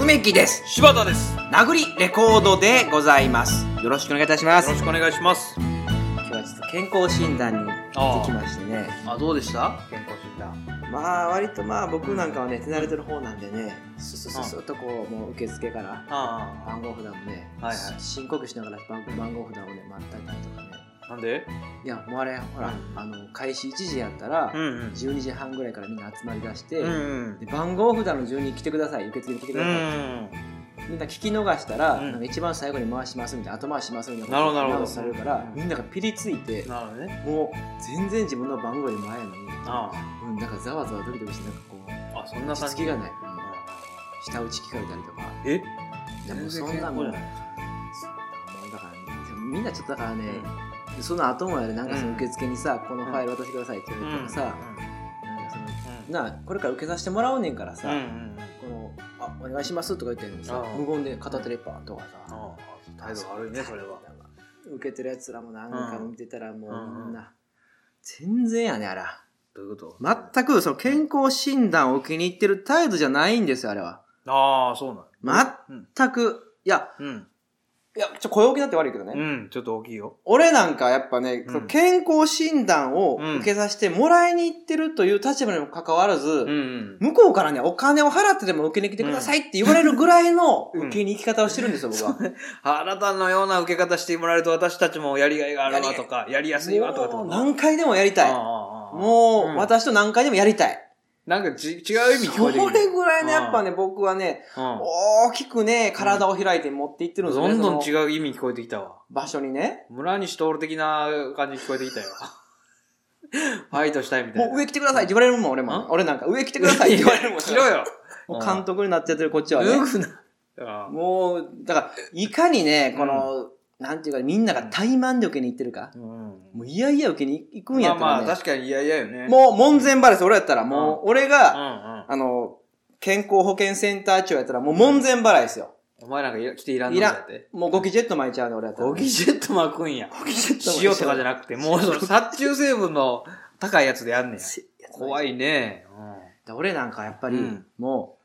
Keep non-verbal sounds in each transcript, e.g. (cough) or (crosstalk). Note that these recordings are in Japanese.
梅木です柴田ですよ殴りレコードでございますよろしくお願いいたしますろしくお願いします今日はちょっと健康診断に行ってきましてねあどうでした健康診断まあ割とまあ僕なんかはね手慣れてる方なんでねススススッとこうもう受付からあ番号札もね、はいはい申告しながら番番号札をね待ったりとかねあなんでいやもうあれほら、うんあの開始1時やったら、んうん12時半ぐらいからみんな集まりだして、うんで番号札の順に来てください受付に来てくうださいって、んみんな聞き逃したら、うんなんか一番最後に回しますみたいな後回しますみたいななるほどなるほアナウどンスされるからうんみんながピリついてなるほどねもう全然自分の番号より前やのに、あうん、なんかざわざわドキドキしてなんかこうあそんな落感ち着じきがない、あうんあ舌打ち聞かれたりとかえいやもうそんなもん全然健康じゃないもうだからね、みんなちょっとだからね、その後もやでなんかその受付にさ、このファイル渡してくださいって言うわれんてさ、なんかそのうんなあこれから受けさせてもらうねんからさ、うんうんこのあお願いしますとか言ってんのにさああ無言で片手でパーンとかさ、ああ態度悪いねそれはなんか受けてるやつらもなんか見てたらもううんみんな、全然やねあれはどういうこと全くその健康診断を受けに行ってる態度じゃないんですよあれはああそうなんうん全くいやうんいやちょ小陽気だって悪いけどね、うんちょっと大きいよ俺なんかやっぱね、うそんの健康診断をうん受けさせてもらいに行ってるという立場にもかかわらず、うん向こうからね、お金を払ってでも受けに来てくださいって言われるぐらいのうん受けに行き方をしてるんですよ、僕は。あなたのような受け方してもらえると私たちもやりがいがあるわとか、やりやすいわとかってもこうと何回でもやりたああい。ああもう、ん私と何回でもやりたい。なんかち違う意味聞こえてそくれる。ぐらいね、やっぱね、僕はね、う大きくね、体を開いて持っていってるんでん、すよどね。んどんそ違のう意味聞こえてきたわ。場所にね。村西徹的な感じ聞こえてき (laughs) たよ。ファイトしたいみたもいうな。上来てくださいって言われるもん、俺も。ん俺なんか上来てくださいって言われるもん。しろよ。もう監督になっちゃってる、こっちはね。脱ぐな。あもう、だから、いかにね、この、なんていうか、みんなが怠慢で受けに行ってるかう。ん。もう、いやいや受けに行くんまやあったまら、あ、ね確かに嫌々よね。もう門前払いです、俺やったら。もう、俺うが、んうん。あの、健康保険センター長やったら、もう門前払いですよ。お前なんかいら来ていらんのいらだんって。もうゴキジェット巻いちゃうね、俺やったら。ゴキジェット巻くんや。ジェッ塩とかじゃななくて、もうその殺虫成分の高いやつでやんねん。怖怖い。いね。俺なんかやっぱり、うんも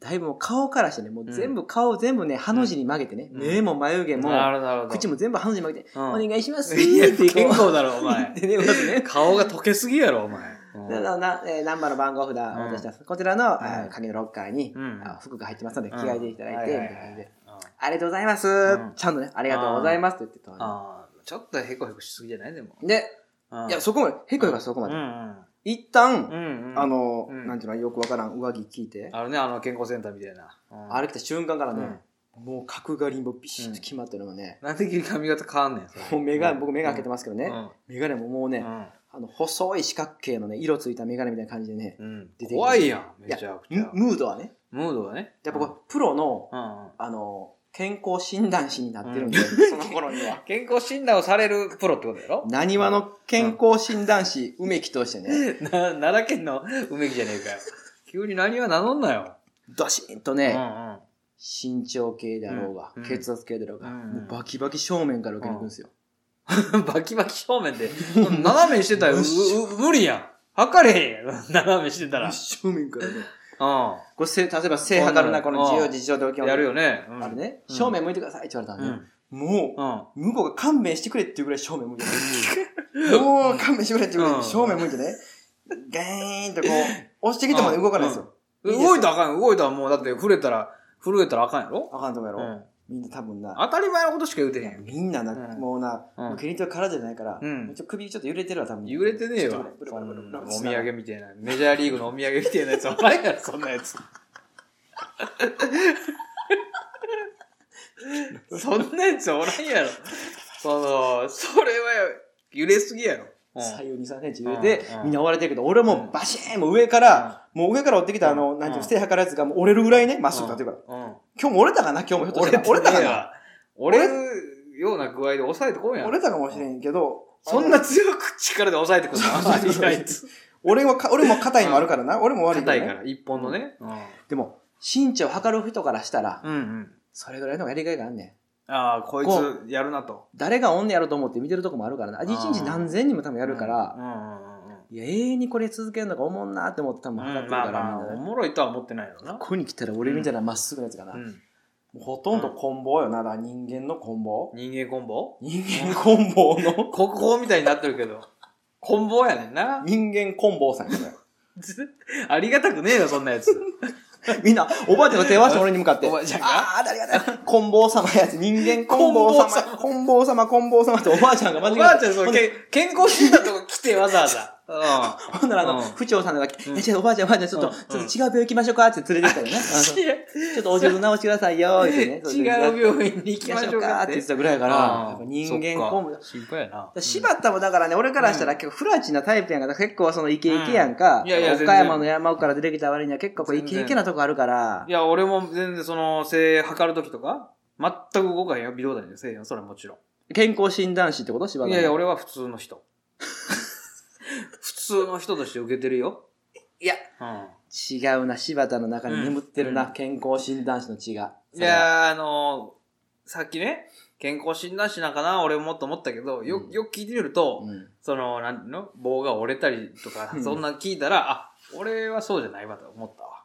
う、だいぶもう顔からしてね、もう全部顔全部ね、ハの字に曲げてね、うん目も眉毛うん。も、なるほどなるほど。口も全部ハの字に曲げて、うん、お願いしますいや、不健こう康だろ、お (laughs) 前。でね、まずね。顔が溶けすぎやろ、お前。なななえー、ナンバーの番号札を渡した、こちらの、あー鍵のロッカーに、うんあ服が入ってますので着うん替えていただいて、はみはたいな感じはでいありがとうございます、うんちゃんとねありがとうございますと言ってたのあーちょっとへこへこしすぎじゃないでも。にでいやそこまでへこへこはそこまこで、うん一う旦、ん。うんあ、の、うんなんていうのよくわからん上着聞いて、あのね、あの健康センターみたいな。うんあれ来た瞬間からね、もう角刈りもビシッと決まってるのもね、なんで君髪型変わんねん。それもう目が、僕目が開けてますけどね、眼鏡ももうね、うんうんあの細い四角形のね色ついた眼鏡みたいな感じでね、うん出てきて怖いやん、めちゃくちゃム。ムードはねムードがね。やっぱこれ、プロのうんうんうんあの、健康診断士になってるんで、う (laughs) その頃には。健康診断をされるプロってことやろなにわの健康診断士、梅木としてね、な奈良県の梅木じゃねえかよ。急に何は名乗んなよ。ドシンとうね、ん身長系だろうが、うん血圧系だろうが、うんもうバキバキ正面から受けに行くんですよ。うん。 (laughs) バキバキ正面で。 (laughs) 斜めにしてたらうう無理やん。測れへんやん。 (laughs) 斜めしてたら。うん。 (laughs) 正面からね。これせ例えば背測るな、このうん自由自重で受けやるよね。うんあれ。ね、うん正面向いてくださいって言われうたんで、ん。もう、うん。向こうが勘弁してくれっていうぐらい正面 (laughs) 向いてねもう勘弁してくれっていうぐらい正面向いてね、ガーンとこう、押してきても動かないですよ。いいですよ動いたらあかんよ動いたらもうだって触れたら、震えたらあかんやろあかんとこやうろ。ん。みんな多分な、当たり前のことしか言うてへんやん。みんなな、うんもうな、うんもうケニトは体じゃないから、うんちょっと首ちょっと揺れてるわ、多分。揺れてねえちょっわとね。ブルそブルんブルブルなお土産みたいな。メジャーリーグのお土産みたいなやつお前やろ、そんなやつ。 (laughs) そんなやつおらんやろ。その、それは揺れすぎやろ。うん左右に3センチ揺れて、うんみんな追われてるけど、俺もうバシーン、もう上から、もう上から追ってきた、あの、うんなんていううんの、背測るやつがもう折れるぐらいね、まっすぐ立てるから。うん。今日も折れたかな、今日もひょっとしたら。折れたかな。折れるような具合で抑えてこんやん折れたかもしれんけど、そんな強く力で抑え (laughs) てくるのあんまりないつ。俺はか、俺も肩にもあるからな、俺も悪いけど硬いかね。ら、一本のね。うん。でも、身長測る人からしたら、うんうん。それぐらいの方がやりがいがあんねん。ああ、こいこつやるなと。誰がおんねやろと思って見てるとこもあるからな。あうん一日何千人も多分やるから、うんうんうんうん。いや、永遠にこれ続けるのがおもんなって思って多分ま測ってあるから、まあ、おもろいとは思ってないよな。ここに来たら俺みたいなまっすぐなやつがな、うん。もうほとんどこん棒よな、だから人間のこん棒人間コンボ人間こん棒 (laughs) の国宝みたいになってるけど。コンボやねんな。人間こん棒さんやこありがたくねえよ、そんなやつ。れみんな、おばあちゃんが手合わせて俺に向かって。おばあちゃんがあー、誰が誰が。こん棒様やつ、人間こん棒様、こん棒様、こん棒様 (laughs) っておばあちゃんが間違おえて。ばあちゃん、そほのんでけ健康診断とか来てわざわざ。うほんならあの、うん府長さんが、うんえ、ちょっとおばあちゃん、おばあちゃん、ちょっと、うんちょっと違う病院行きましょうかって連れてったよね。 (laughs) あのちょん。っとお嬢治してくださいよーってね。そう (laughs) 違う病院に行行ききままししょょううかかっってて言言っててったたぐぐららいいかからら、ややっっぱぱ人人間間ココンンボボ心配やな柴田もだからね、俺からしたら結構フラチなタイプやんか、ら結構そのイケイケやんうか、んいやいや全然岡山の山奥から出てきた割には結構こうイ全然ケイケなとこあるからい、や、俺も全然その、性測るときとか、全く動かへんよ、微動だに性よ、それはもちろ健康診断士ってこと柴ん。田のいやいや、俺は普通の人。普通の人として受けてるよ。いや、うん。違うな、柴田の中に眠ってるな、うん健康診断士の血が。いやー、あのーさっきね、健康診断士なんかな、俺もと思ったけど、よう、んよく聞いてみると、うんその、なんていうの棒が折れたりとかう、んそんな聞いたら、あ、俺はそうじゃないわと思った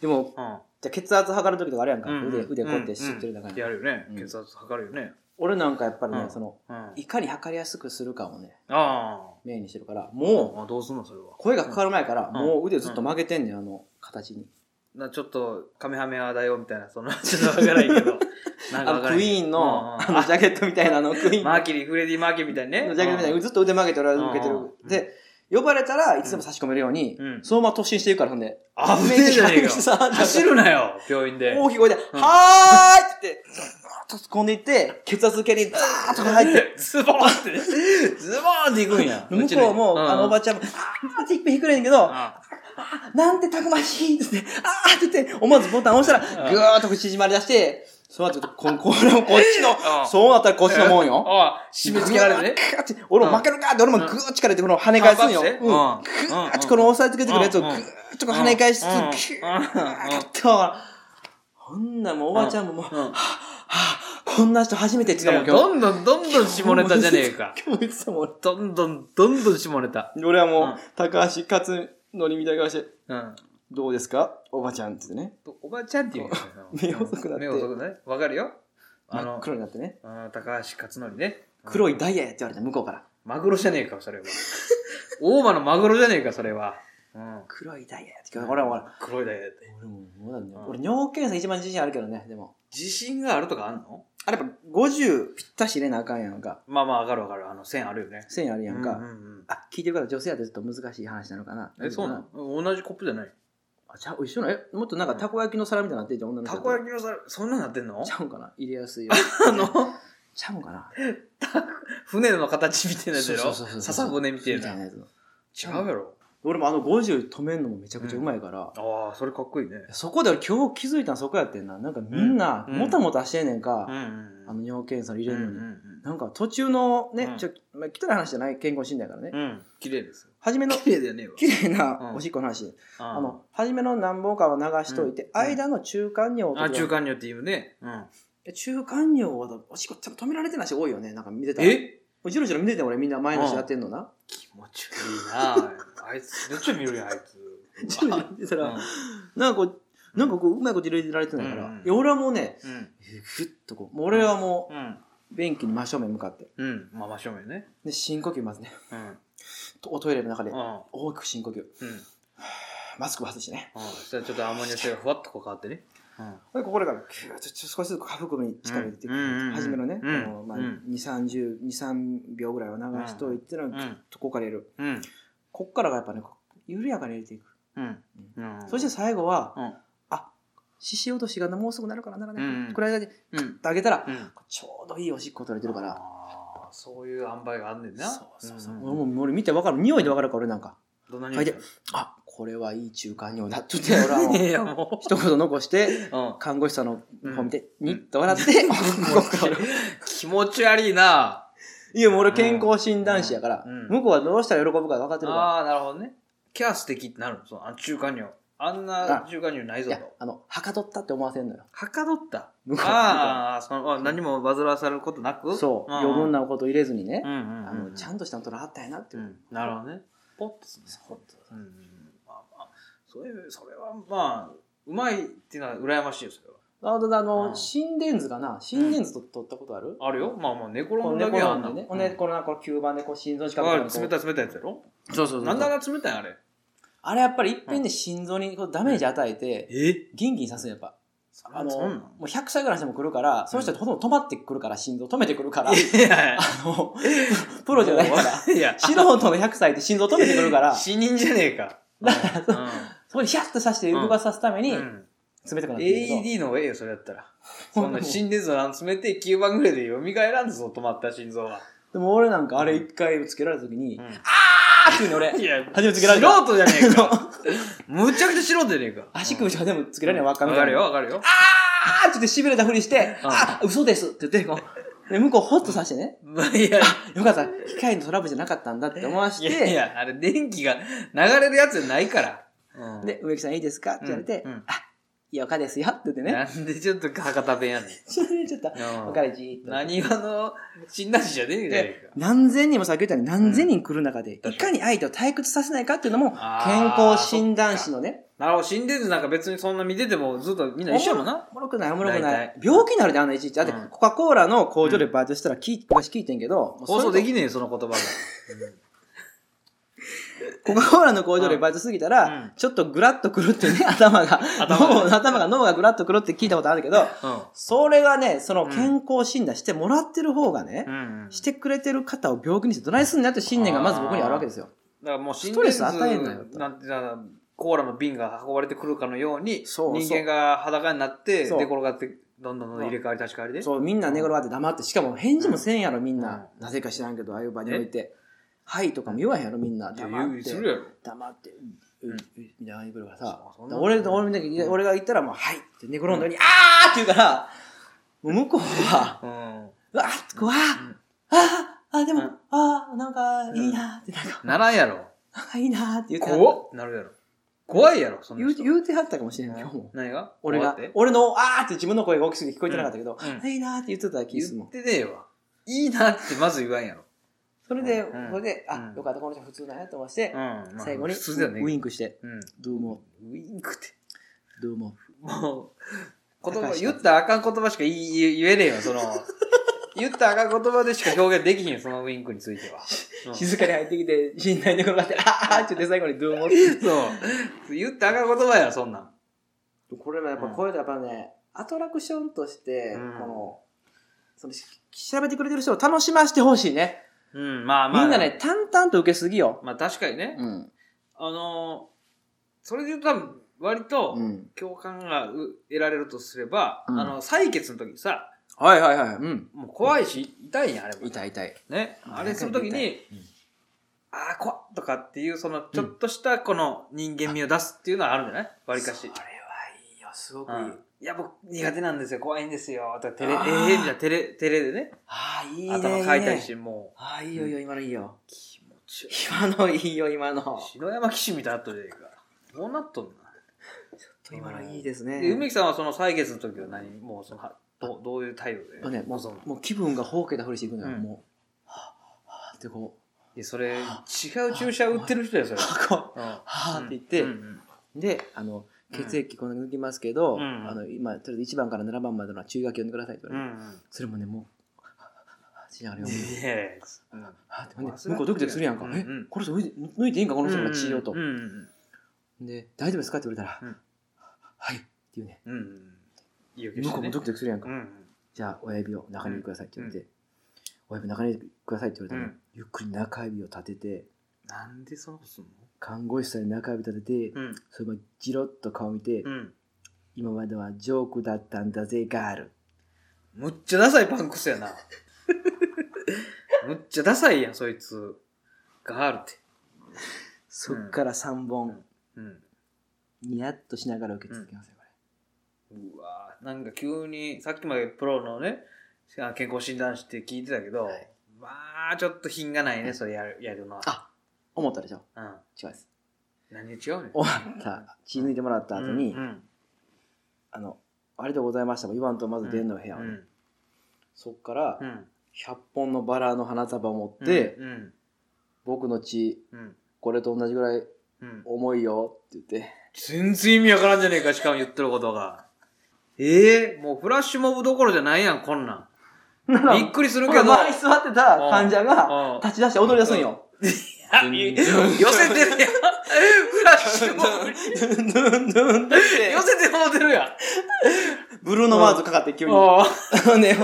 でも、わ。じゃあ血圧測る時とかあるやんか、うん。うん腕、うん腕こうやって知ってるだから、うんやるよねう。ん血圧測るよね。俺なんかやっぱりね、うんその、うん。あいかに測りやすくするかをね、あー。メインにしてるから、ももう、どうすんのそれはう、。声がかかる前から、んもう腕ずっと曲げてんねん、あの、形に。なちょっと、カメハメはだよみたいな、その、ちょっとわからんけ (laughs) ど。なんかあの、わかクらんイけどーンの、う (laughs) んあの、ジャケットみたいなあの、クイーン (laughs) のマーキュリー、フレディ・マーキュリーみたいにね。ジャケットみたいに、ずっと腕曲げて俺は受けてる。うんで、呼ばれたらいつでも差し込めるように、うんそのまま突進していくから、ほんで。あ危ねえじゃねえか走るるなよ、病院で。大きい声で、うんはーいって言って、突っ込んでいって、血圧計にザーッと入って。ズボンって、ズボンっていくんや。向こうも、あの、おばちちゃんも、あーって一っぺんひっくれんけど、ゃなんてたくましいっつって、あーって言って、思わずボタン押したうら、んぐーっと縮まり出して、そうなって、ここれもこっちうんの、そうなったらこっちのもんよ。ああ、締め付けられるね。ガーって俺も負けるかって、俺もグーッ力入れて、この跳ね返すんよ。うん。うんグーッてこの押さえつけてくるやつをうんグうんーッとこう跳ね返しつつ、うグんうんーッと。ほんなもうおばあちゃんももう、うんうんはぁ、はぁ、こんな人初めてって言ってたもん、今日。どんどんどんどん下ネタじゃねえ (laughs) か。今日言ってたもん。 (laughs) どんどんどんどん下ネタ。俺はもうんう、高橋克典みたいな顔して、うん。どうですかおばちゃんって言ってね。おばちゃんっていうやつやな。 (laughs) 目遅くなって目遅くなね。わかるよ。あ真っの、黒になってね。あー高橋克典ね。黒い。いダイヤやって言われた、向こうから。マグロじゃねえか、それは。大間のマグロじゃねえか、それは。うん。黒いダイヤやって言われた。俺は、黒いだよって。俺も、もうだねうん俺、尿検査一番自信あるけどね、でも。自信があるとかあんのあれやっぱ50ぴったし入れなあかんやんか。まあまあ、わかるわかる。あの、線あるよね。線あるやんか。うんうんうんあ、聞いてる方、女性やってちょっと難しい話なのかな。え、そうなの同じコップじゃないあ、じゃあ一緒なのえ、もっとなんかたこ焼きの皿みたいになってんじゃん、女の人たと。こ焼きの皿、そんなんなってんのちゃうんかな入れや (laughs) すいよ。あの、ちゃうんかな船の形みたいなやつそうやそうろそうそう笹骨みたいみたいな。なやつの。違うやろ。俺もあの50止めんのもめちゃくちゃうまいから、ああ、それかっこいいね。そこで俺今日気づいたのそこやってんな。なんかみんな、うんもたもたしてんねんか、うんうん。あの尿検査入れるのに。うんなんか途中のね、うんちょ、まあ、汚い話じゃない健康診断やからね。うんうん。うん。綺麗ですよ。初めの、綺麗だよね。綺麗なうんおしっこの話。ああの、初めの何本かは流しといて、うん間の中間尿あ、中間。間によって言うね。うん。中間尿はおしっこちょっと止められてない人多いよね。なんか見てたら。えじろじろ見てて俺みんな前の人やってんのな。気持ち悪いなああいつ、めっちゃ見るやん、あいつ。じろじろ見てたうら、んなんかこう、なんかこう、うまいこと入れてられてないから。うんいや俺はもうね、うん。ふっとこう、もう俺はもうん。う、便器に真正面向かって。うん。まあ、真正面ね。で、深呼吸まずね。 (laughs) うん。おトイレの中でう、ん。大きく深呼吸。うん。マスクも外してね。うん。そしたらちょっとアンモニア性がふわっとこう変わってね。うん。で、ここから、キューッとちょ少しずつ下腹部に力入れて、うんうんうん初めのね、うんあのまあ、うん2、30、2、3秒ぐらいは流しといて、うん。とこから入れる。うん。こっからがやっぱね、こう緩やかに入れていく。うん。うん。そして、最後は、うんあ、獅子落としがもうすぐなるからならない、うんうんこれ間で、うっん。てあげたら、うん。ちょうどいいおしっこ取れてるから。あーそういう塩梅があんねんな。そうそうそう。ん俺もう俺見てわかる。匂いでわかるから俺なんか。どんなに嗅いであ、これはいい中間尿だって言って、俺は (laughs) もう、 (laughs) いや、も一言残 (laughs) して、う。うん。看護師さんの方見て、んニッと笑って、気持ち悪い気持ち悪いな。いや、もう俺健康診断士やから、うんうん向こうはどうしたら喜ぶか分かってるかああ、なるほどね。キャー素敵ってなるのそのあ中間尿。あんな中間尿なら。いいぞやと。、あの、はかどったって思わせんのよ。はかどった。向こうはああ、その、あ何も煩わされることなくそう、余分な。なこと入れずにねう、んうんうん。あの、ちゃんとしたの取らはったんやなってういう。ん。なるほどね。ポッとするねポッとうんうんまあまあそれそれはまあうまいっていうのは羨ましいよそれはあとあうの、ん心電図がな、心電図と取ったことあるあるよまあまあ寝転こぶうだけ猫なやんんなでんね。ほんで、この、この吸盤でこう心臓近くあからこう冷たい冷たいやつやろそうそうそう。なんであんな冷たいんあれあれやっぱりいっぺんで心臓にこうダメージ与えて、え元気にさすんやっぱ。あの、あのそんなんもう100歳ぐらいしても来るから、その人ってほとんど止まってくるから、 (laughs) 心臓止めてくるから、いあやの、プロじゃないから。(laughs) いや素人の100歳って心臓止めてくる (laughs) から、そ死人じゃねえかうこにヒャッとさして動かさすために、ん冷うんたくなってるけど。 AED の方がええよそれやったらほそんんまなに心電図を詰めて9番ぐらいで蘇らんぞ止まった心臓はでも俺なんかあれ一回つけられた時に、あーっていうの俺、いや初めてつけられた素人じゃねえかむちゃくちゃ素人じゃねえか足首しかでもつけられないわっかみわたかいな。るよわかるよあーって言って痺れたふりして、うんあ、嘘ですって言って、こう。で、向こうホッとさしてね、 (laughs) まあいやよかった、機械のトラブルじゃなかったんだって思わしいやいて、や、あれ電気が流れるやつじゃないから。うん、で、植木さんいいですかって言われてうんうん、あ、いや、岡ですよって言ってね。なんでちょっと博多弁やねん。ちょっと、岡でじーっと。何話の診断士じゃねえじゃねえか。何千人もさっき言ったように何千人来る中で、うんいかに相手を退屈させないかっていうのも、健あー康診断士のね、なるほど、心電図なんか別にそんな見ててもずっとみんな一緒やもんな。おもろくないおもろくな大い体。病気になるで、あんないちいち。だってうん、コカ・コーラの工場でバイトしたら、き昔聞いてんけど、放送でききねえよ、その言葉が。コカ・コーラの工場でバイトしすぎたら、うんちょっとグラッとくるってね、 (laughs) 頭が、頭が脳頭が、脳がグラッとくるって聞いたことあるけど、それがね、そのうん健康診断してもらってる方がね、うん。うん。してくれてる方を病気にしてどないすんだって信念がまず僕にあるわけですよ。だからもう心ストレ電ス図与えんなよとなんてだからコーラの瓶が運ばれてくるかのように、そうそう人間が裸になって、そう出転がって、どんどんどんどん入れ替わり立ち替わりで。そう、みんな寝転がって黙って、しかも返事もせんやろ、みんな。なぜか知らんけど、ああいう場に置いて。はいとかも言わへんやろ、みんな。いや黙っ言うてす。るやろ。黙って、うん、うん、みたいな言うからさそ。そんな俺と、俺みたいに俺が言ったらもう、はいって寝転んだのに、あーって言うから、もう向こうは、うん。うわー怖っんあーあ、でもうん、あーなんか、いいなーって、なんか、ならんやろ。なんかいいなーって言ってはった怖っなるやろ。怖いやろ、そん言なう人。言うてはったかもしれん、うん今日も。何が俺が怖って、俺の、あーって自分の声が大きすぎて聞こえてなかったけど、うんうんあいいなーって言ってた気がするも言んっ。てねえわ。いいなってまず言わんやろ。それで、うんそれで、あ、うんよかった、この人普通だなと思ってう、ん。最後に、普通だよね。ウインクして、うん。どうも、ウインクって。どうも。もう、言高葉、橋言ったらあかん言葉しか言い言えねえよ、その。 (laughs) 言ったらあかん言葉でしか表現できひんよ、そのウインクについては。うん静かに入ってきて、信頼で転 (laughs) がって、あーあーって言って最後に、どうも。そう。言ったらあかん言葉や、そんなん。これもやっぱ、うんこういうのやっぱね、アトラクションとして、うんこの、その、し調べてくれてる人を楽しませてほしいね。うん、まあまあ。みんなね、。淡々と受けすぎよ。まあ確かにね。うん。あのー、それで言うと多分、割と、うん。共感がう得られるとすれば、うんあの採血の時さはいはいはい。うん。もう怖いし痛いやんあれも痛い痛い。ねあれする時に、ああ怖っとかっていうそのちょっとしたこの人間味を出すっていうのはあるんじゃないわりかしそれはいいよ、すごくういい。んいや僕苦手なんですよ怖いんですよとか照れえあーえみたいな照れ照れでねああ、いいね。頭かいたりしいいねもああ、いいよいいよ、今のいいよう。気持ちよい今のいいよ、今の。篠山騎士みたいになっとるやんかこうなっとんな今のいいですで梅ね。木さんはその採血の時は何もうそのはどうどういう態度もうでね、もそのう、もう気分がほうけたふりしていくのよ、うんもう。はぁ、はぁってこう、いやそれ違う注射打ってる人やそれはぁ、こううんはぁって言ってうん、うんで、あの、うん血液こんな抜きますけど、うんあの、今、とりあえず1番から7番までの注意書き読んでくださいって言うわれて、んうんそれもね、もう、はぁ、はぁ、しながら読むよ。いやいやはぁってほんでまあそ向れはこうドキドキするやんかう。んうんえ、この人抜いて抜いていいんか、この人の治療とうん。うんで、大丈夫ですかって言われたうらん、はいって言うね。うんうんいいよ向こうもドキドキするやんかう。んじゃあ親指を中にくださいって言われて、親指中にくださいって言われたら、うんゆっくり中指を立てて、なんでそのことすんの看護師さんに中指立てて、うんそれもじろっと顔見て、うん今まではジョークだったんだぜ、ガール。むっちゃダサいパンクスやなむっちゃダサいやんそいつガールってそっから3本、うんニヤッとしながら受け続けますよ、こうわーなんか急にさっきまでプロのねあ健康診断士って聞いてたけど、はいまあちょっと品がないねそれやるやるのはあれ。思ったでしょうん違います。何違うねん終わった、血抜いてもらった後に、うんうんあの、ありがとうございましたも言わんとまず出んのよ、部屋を、うんそっからう、ん100本のバラの花束を持って、うん僕の血、うんこれと同じぐらいうん。重いよって言って。全然意味わからんじゃねえか、しかも言ってることが。ええもうフラッシュモブどころじゃないやん、こんなん。なびっくりするほけらど。前に座ってた患者がうん立ち出して踊り出すんよ。あい寄せてるやん。フラッシュモブに。 (laughs) ドゥンドゥンドゥンって寄せてもうてるやん。ブルーノマーズかかって急に。あ (laughs) ね、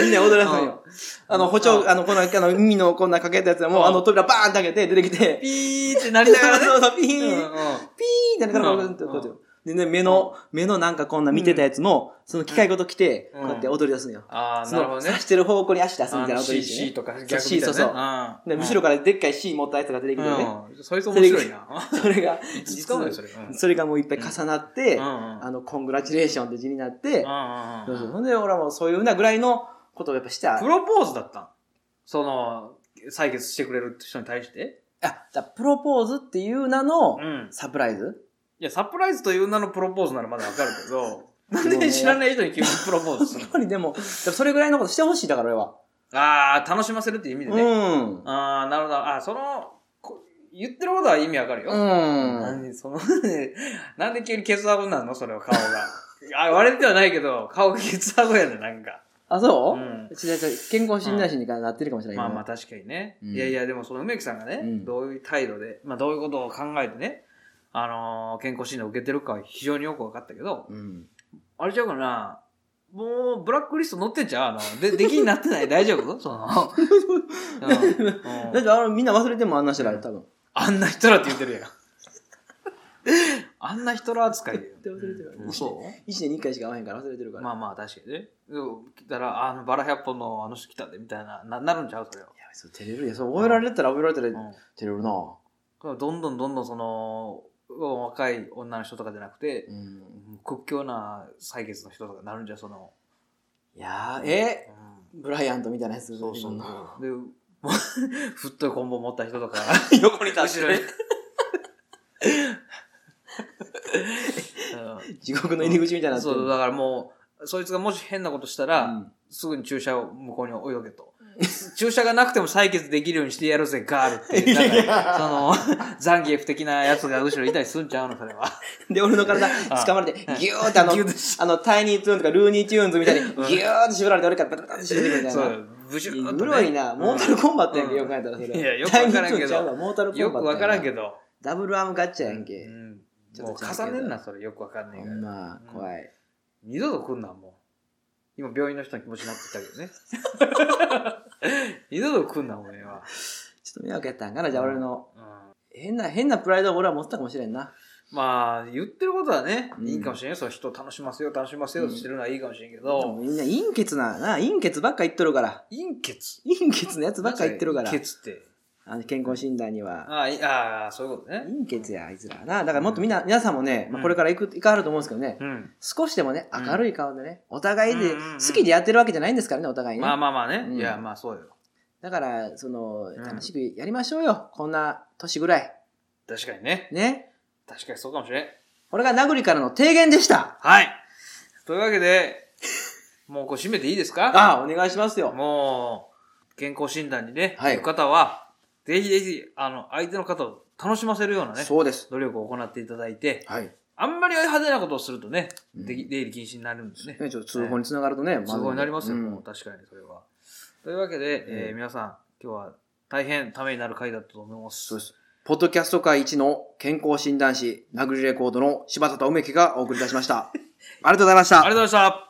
みんな踊らすんよ。あの、補聴、うんあの、この、あの、海のこんなかけたやつでうも、んあの、扉バーンって開けて出てきーて、ピーってなりながらね。そうそうピうーン、んピーンっうんてなりながら、こうやってこうやってでね、目の、目のなんかこんな見てたやつも、その機械ごと来て、うこんうやって踊り出すんよ。ああ、そなのるほどね刺。してる方向に足出すみあたいなの踊り C してね C とか逆みたそういなね。 C そうそうで後ろかからでっかい C 持ったやつが出てきてね。うん。そいつ面白いな。それが、い (laughs) つ使うのよ、それ。うんそれがもういっぱい重なって、うんあの、コングラチュレーションって字になって、うんそううんそううんほんで、俺はもうそういうふうなぐらいのことをやっぱしたプ。ロポーズだったんその、採血してくれる人に対して。あ、じゃあプロポーズっていう名のうん。サプライズいや、サプライズという名のプロポーズならまだわかるけ (laughs) ど、なんで知らない人に急にプロポーズする (laughs) やっぱりでも、でもそれぐらいのことしてほしいだから俺は。のああ、楽しませるっていう意味でね。うん。ああ、なるほど。あーその、こ言ってることは意味わかるよ。うん。何その (laughs) なんで急にケツアゴになるのそれは顔が。 (laughs) あ、割れてはないけど、顔がケツアゴやで、なんか。。あ、そううん違う違う健康診断士になってるかもしれないまあけどまあ確かにね。うんいやいや、でもその梅木さんがね、うんどういう態度で、まあどういうことを考えてね、あのー健康診断を受けてるかは非常によく分かったけど、うん。あれちゃうかな、もうブラックリスト載ってんちゃうあの、で、出来になってない大丈夫 (laughs) その、うんうんだってあのみんな忘れてもあんなしてない、多分。あんな人らって言ってるやん。あんな人ら扱いで。絶対忘れてるうんそう1年に1回しか会わへんから忘れてるから。まあまあ確かにね。でも来たら、あの、バラ100本のあの人来たで、みたいな、ななるんちゃうそれは。いや、そう、照れるや。そう、覚えられたら覚えられたらうん照れるな。これどんどんどんどんその、若い女の人とかじゃなくて、うん。屈強な採血の人とかになるんじゃうその。いやー、えうブライアントみたいなやつ。んそうそんうな。そう。で、 (laughs) もう太いコンボ持った人とか、 (laughs) 横に立後ろに。地獄の入り口みたいうになっんてそる。う、だからもう、そいつがもし変なことしたら、すぐに注射を向こうに泳げと。 (laughs) 注射がなくても採血できるようにしてやるぜ、ガー (laughs) ルって。なんかその、 (laughs) ザンギエフ的なやつが後ろにいたりすんちゃうの、そ (laughs) れは。うんで、俺の (laughs) 体、掴まれて、ギューってあのギューッ、あの、タイニートゥーンとかルーニーチューンズみたい (laughs) に、ギューって縛られて、俺からバタバタって縛られてみたいそな。う、ブシューいっいと、グね。ロいな。モータルコンバットやんけ、うんよく考えたらそれ。いやよくわからんけどタイニートゥーンちゃうわモータルコンバよットくや。わからんけど。ダブルアームガッチャやんうけ。ん。ちょもっうとちゃうけど重ねんな、それ。よくわかんねえほから。んまあ、怖い。二度と来んな、もう。今、病院の人の気持ちになってきたけどね。 (laughs) 二度と来んな、俺は。ちょっと迷惑やったんかな、じゃあ俺の。うん変な、変なプライドを俺は持ってたかもしれんな。まあ、言ってることはね、うんいいかもしれんよ。その人を楽しませよう、楽しませようとしてるのはいいかもしれんけでもど、みんな陰血な、な、陰血ばっか言っとるから。陰血陰血のやつばっか言ってるから陰。血って。あの健康診断には。ああいああ、そういうことね。陰血や、あいつらな。だからもっとみんな、皆さんもね、まあこれから行く、行かはると思うんですけどね、うん。少しでもね、うん明るい顔でね、お互いで、うんうんうん好きでやってるわけじゃないんですからね、お互いねまあ。まあまあね。うんいや、まあそうよ。だから、その、ん楽しくやりましょうよ。こんな年ぐらい。確かにね。ね。確かにそうかもしれん。これが殴りからの提言でした。はい。というわけで、もうこう締めていいですかああ、お願いしますよ。もう、健康診断にね、はい行く方は、ぜひぜひ、あの、相手の方を楽しませるようなね、そうです。努力を行っていただいて、はい。あんまり派手なことをするとね、うんで出入り禁止になるんですね。ねちょっと通報につながるとね、まずすごいなりますよ、うんもう確かにそれは。というわけで、えーうん皆さん、今日は大変ためになる回だったと思いまそうす。です。ポッドキャスト界一の健康 (laughs) 診断士、殴りレコードの柴田と梅木がお送りいたしました。ありがとうございましたあり。がとうございました